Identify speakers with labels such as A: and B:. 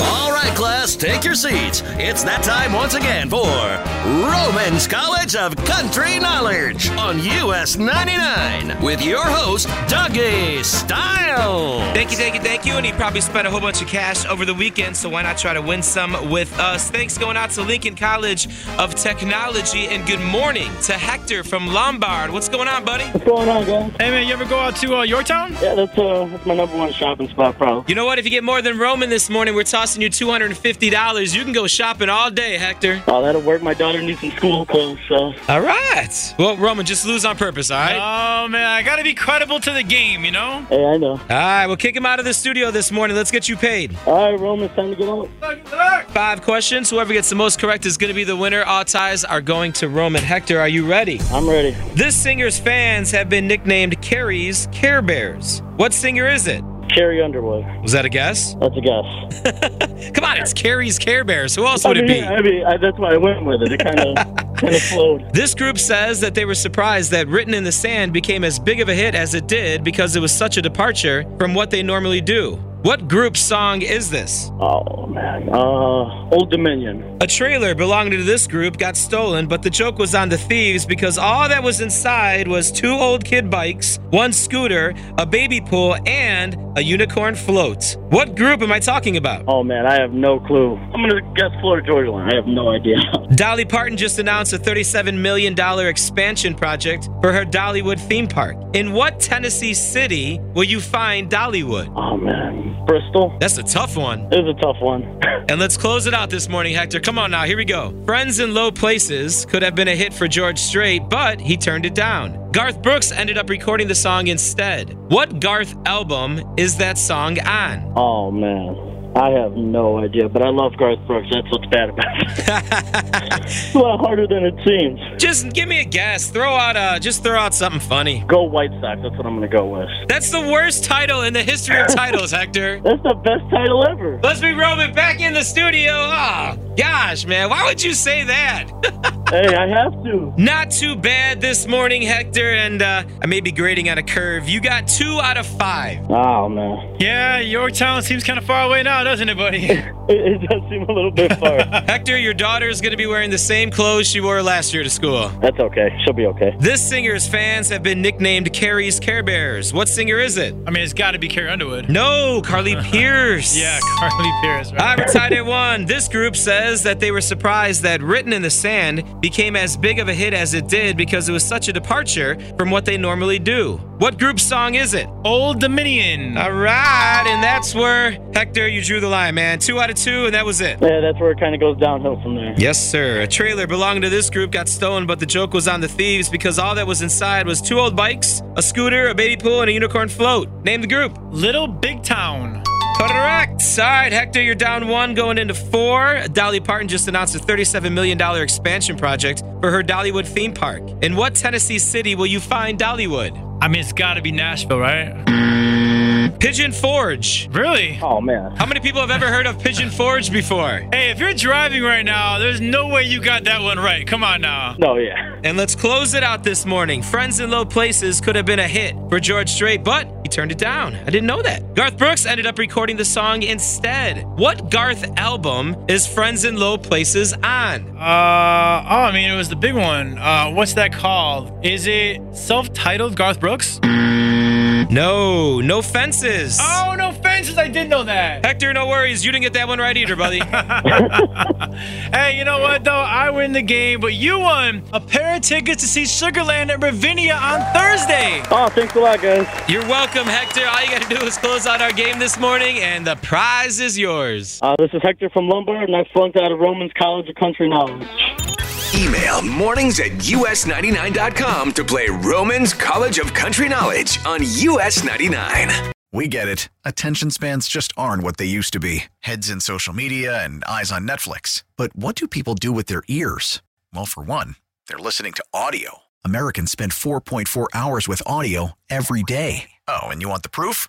A: All right, class, take your seats. It's that time once again for Roman's College of Country Knowledge on US 99 with your host, Dougie Style.
B: Thank you, thank you, thank you. And he probably spent a whole bunch of cash over the weekend, so why not try to win some with us? Thanks going out to Lincoln College of Technology, and good morning to Hector from Lombard. What's going on, buddy?
C: What's going on, guys?
B: Hey, man, you ever go out to uh, Yorktown?
C: Yeah, that's uh, that's my number one shopping spot, probably.
B: You know what? If you get more than Roman this morning, we're tossing you $250. You can go shopping all day, Hector.
C: Oh, that'll work. My daughter needs some school clothes, so.
B: All right. Well, Roman, just lose on purpose, all right?
D: Oh, man, I got to be credible to the game, you know?
C: Hey, I
B: All
C: know.
B: right, we'll kick him out of the studio this morning. Let's get you paid.
C: All right, Roman, it's time to get on.
B: Five questions. Whoever gets the most correct is going to be the winner. All ties are going to Roman. Hector, are you ready?
C: I'm ready.
B: This singer's fans have been nicknamed Carrie's Care Bears. What singer is it?
C: Carrie Underwood.
B: Was that a guess?
C: That's a guess.
B: Come on, it's Carrie's Care Bears. Who else would
C: I
B: it
C: mean,
B: be?
C: I mean, I, that's why I went with it. It kind of kind of flowed.
B: This group says that they were surprised that Written in the Sand became as big of a hit as it did because it was such a departure from what they normally do. What group's song is this?
C: Oh man. Uh, Old Dominion.
B: A trailer belonging to this group got stolen, but the joke was on the thieves because all that was inside was two old kid bikes, one scooter, a baby pool, and a unicorn float. What group am I talking about?
C: Oh man, I have no clue. I'm gonna guess Florida Georgia Line. I have no idea.
B: Dolly Parton just announced a $37 million expansion project for her Dollywood theme park. In what Tennessee city will you find Dollywood?
C: Oh man, Bristol.
B: That's a tough one.
C: It was a tough one.
B: And let's close it out this morning, Hector. Come on now, here we go. Friends in Low Places could have been a hit for George Strait, but he turned it down. Garth Brooks ended up recording the song instead. What Garth album is that song on?
C: Oh man, I have no idea. But I love Garth Brooks. That's what's bad about it. it's a lot harder than it seems.
B: Just give me a guess. Throw out a just throw out something funny.
C: Go White Sox. That's what I'm gonna go with.
B: That's the worst title in the history of titles, Hector.
C: That's the best title ever.
B: Let's be Roman back in the studio. Ah, gosh, man, why would you say that?
C: hey, I have to.
B: Not too bad this morning, Hector, and uh, I may be grading on a curve. You got two out of five.
C: Oh man,
D: Yeah, Yorktown seems kind of far away now, doesn't it, buddy?
C: it, it does seem a little bit far.
B: Hector, your daughter is going to be wearing the same clothes she wore last year to school.
C: That's okay. She'll be okay.
B: This singer's fans have been nicknamed Carrie's Care Bears. What singer is it?
D: I mean, it's got to be Carrie Underwood.
B: No, Carly Pierce.
D: Yeah, Carly Pierce, right?
B: I retired at one. This group says that they were surprised that Written in the Sand became as big of a hit as it did because it was such a departure from what they normally do. What group song is it?
D: Old Dominion.
B: All right, and that's where Hector, you drew the line, man. Two out of two, and that was it.
C: Yeah, that's where it kind of goes downhill from there.
B: Yes, sir. A trailer belonging to this group got stolen, but the joke was on the thieves because all that was inside was two old bikes, a scooter, a baby pool, and a unicorn float. Name the group.
D: Little Big Town.
B: Correct. All right, Hector, you're down one going into four. Dolly Parton just announced a $37 million expansion project for her Dollywood theme park. In what Tennessee city will you find Dollywood?
D: I mean, it's got to be Nashville, right?
B: Pigeon Forge.
D: Really?
C: Oh man,
B: How many people have ever heard of Pigeon Forge before?
D: Hey, if you're driving right now, there's no way you got that one right. Come on now.
C: no, yeah.
B: And let's close it out this morning. Friends in Low Places could have been a hit for George Strait, but he turned it down. I didn't know that. Garth Brooks ended up recording the song instead. What Garth album is Friends in Low Places on?
D: Uh, oh, I mean, it was the big one. Uh, what's that called? Is it self-titled Garth Brooks?
B: No, no fences.
D: Oh, no fences. I did know that.
B: Hector, no worries. You didn't get that one right either, buddy.
D: Hey, you know what though? I win the game, but you won a pair of tickets to see Sugarland at Ravinia on Thursday.
C: Oh, thanks a lot, guys.
B: You're welcome, Hector. All you got to do is close out our game this morning, and the prize is yours.
C: Uh, this is Hector from Lombard, and I flunked out of Romans College of Country Knowledge.
A: Email mornings at us99.com to play Roman's College of Country Knowledge on US 99.
E: We get it. Attention spans just aren't what they used to be heads in social media and eyes on Netflix. But what do people do with their ears? Well, for one, they're listening to audio. Americans spend 4.4 hours with audio every day. Oh, and you want the proof?